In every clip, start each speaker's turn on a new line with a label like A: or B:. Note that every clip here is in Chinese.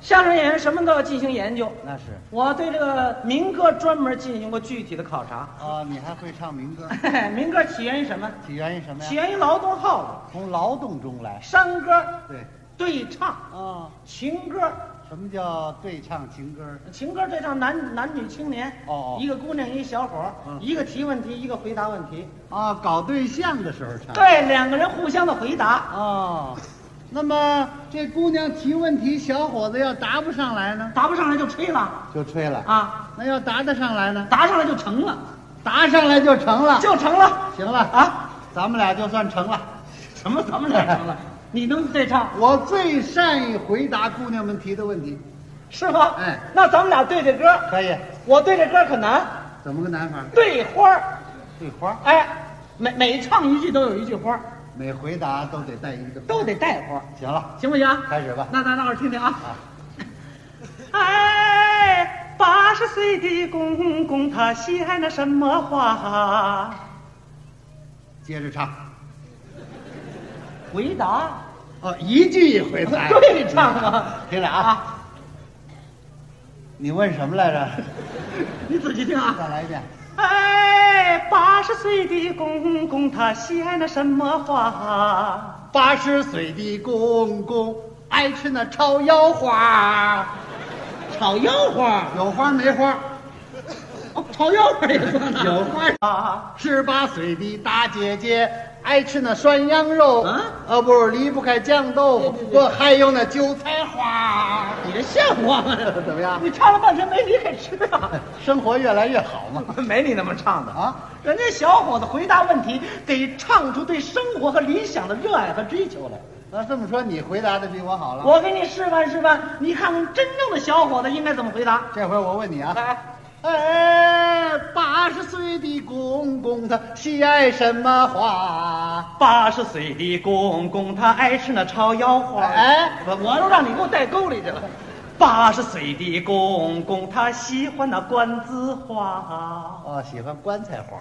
A: 相声演员什么都要进行研究，
B: 那是
A: 我对这个民歌专门进行过具体的考察。
B: 啊，你还会唱民歌？
A: 民歌起源于什么？
B: 起源于什么
A: 起
B: 呀？
A: 源于劳动号
B: 从劳动中来
A: 子、。山歌、
B: 对，
A: 对唱、
B: 啊，
A: 情歌。
B: 什么叫对唱情歌？
A: 情歌对唱男男女青年，
B: 哦哦
A: 一个姑娘一小伙儿、
B: 嗯
A: 一个提问题，一个回答问题。
B: 啊，搞对象的时候唱。
A: 对，两个人互相的回答，
B: 哦，那么这姑娘提问题，小伙子要答不上来呢，
A: 答不上来就吹了
B: 就吹了。
A: 啊，
B: 那要答得上来呢，
A: 答上来就成了，
B: 答上来就成了。
A: 就成了
B: 行了啊，
A: 啊！
B: 咱们俩就算成了。
A: 什么咱们俩成了？ 你能对唱
B: 我最善于回答姑娘们提的问题，
A: 是吗？
B: 哎
A: 那咱们俩对这歌，
B: 可以？
A: 我对这歌可难，
B: 怎么个难法？
A: 对花儿，
B: 对花儿，
A: 哎，每每唱一句都有一句花儿，
B: 每回答都得带一个。
A: 都得带花儿，
B: 行了，
A: 行不行啊？
B: 开始吧。
A: 那咱大伙儿听听啊。 哎，八十岁的公公他喜爱那什么花？
B: 接着唱。
A: 回答。
B: 哦，一句一回 答。
A: 对唱啊
B: 听着啊，你问什么来着？
A: 你仔细听啊！
B: 再来一遍。
A: 哎，八十岁的公公他喜爱那什么花？
B: 八十岁的公公爱吃那炒腰花，
A: 炒腰花。
B: 有花没花？
A: 哦，炒腰花也算呢。
B: 有花。
A: 啊，
B: 十八岁的大姐姐爱吃那涮羊肉，
A: 啊
B: 呃，不是离不开酱豆腐，
A: 对对对
B: 不还有那韭菜花。
A: 你这像话吗？
B: 怎么样
A: 你唱了半天没离开吃啊？
B: 生活越来越好嘛。
A: 没你那么唱的
B: 啊！
A: 人家小伙子回答问题得唱出对生活和理想的热爱和追求来。
B: 那这么说，你回答的比我好了。
A: 我给你示范示范，你看看真正的小伙子应该怎么回答。
B: 这回我问你啊，
A: 来，
B: 哎，八十岁的公公他喜爱什么花？
A: 八十岁的公公他爱吃那炒腰花
B: 哎
A: 我我都让你给我带沟里去了。八十岁的公公他喜欢那罐子花，
B: 哦，喜欢棺材花。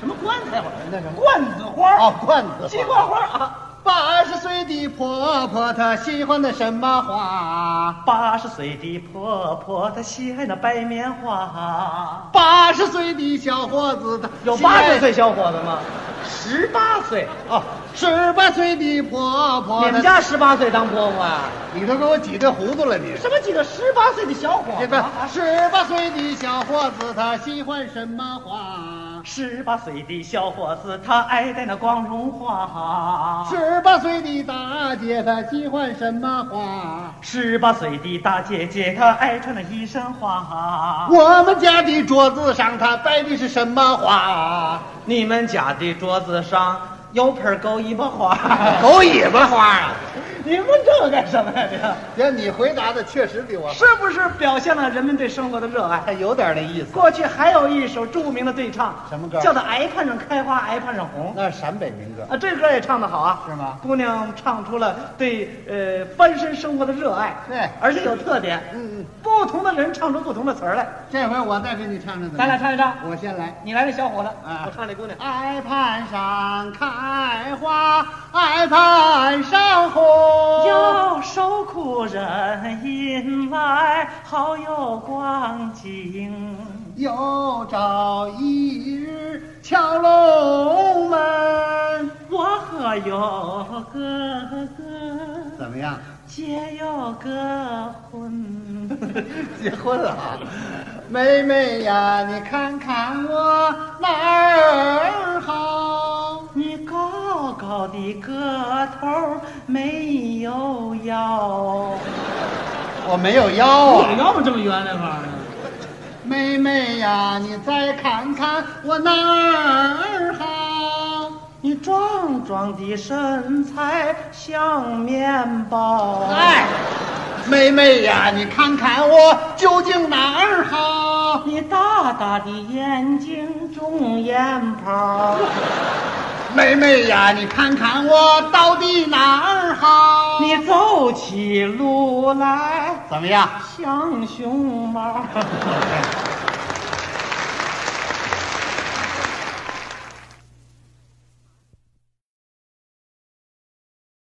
A: 什么棺材花？
B: 那什么
A: 罐子花
B: 哦，罐子
A: 鸡冠花啊。
B: 八十岁的婆婆她喜欢的什么花？
A: 八十岁的婆婆她喜爱那白棉花。
B: 八十岁的小伙子他
A: 有八十岁小伙子吗？十八岁，
B: 哦，十八岁的婆婆
A: 你们
B: 她
A: 家十八岁当婆婆啊？
B: 你都给我挤兑糊涂了你。
A: 什么几个十八岁的小伙
B: 这
A: 子啊
B: 个？十八岁的小伙子他喜欢什么花？
A: 十八岁的小伙子，他爱戴那光荣花。
B: 十八岁的大姐她喜欢什么花？
A: 十八岁的大姐姐，她爱穿那一身花。
B: 我们家的桌子上它摆的是什么花？
A: 你们家的桌子上有盆狗尾巴花，
B: 狗尾巴花啊！
A: 你问这个干什么呀？这
B: 这你回答的确实比我
A: 是不是表现了人们对生活的热爱？
B: 还有点那意思。
A: 过去还有一首著名的对唱，
B: 什么歌
A: 叫做《挨盼上开花挨盼上红》。
B: 那是陕北民歌，
A: 啊，这歌也唱得好啊，
B: 是吗
A: 姑娘唱出了对呃翻身生活的热爱，
B: 对
A: 而且有特点，
B: 嗯嗯，
A: 不同的人唱出不同的词儿来。
B: 这回我再给你唱唱怎么样？
A: 咱俩唱一唱，
B: 我先来。
A: 你来这小伙子，
B: 啊
A: 我唱这姑娘。
B: 爱攀上开花，爱攀上红。
A: 有愁苦人引来好有光景，
B: 有朝一日敲龙门。
A: 我和有哥哥，
B: 怎么样？
A: 结有个婚。
B: 结婚了啊？妹妹呀，你看看我哪儿好？
A: 你高高的个头没有腰，
B: 我没有腰啊。
A: 腰吗？这么圆那块儿？
B: 妹妹呀，你再看看我哪儿好？
A: 你壮壮的身材像面包。
B: 哎，妹妹呀，你看看我究竟哪儿好？
A: 你大大的眼睛种眼泡，
B: 妹妹呀，你看看我到底哪儿好？
A: 你走起路来
B: 怎么样？
A: 像熊猫。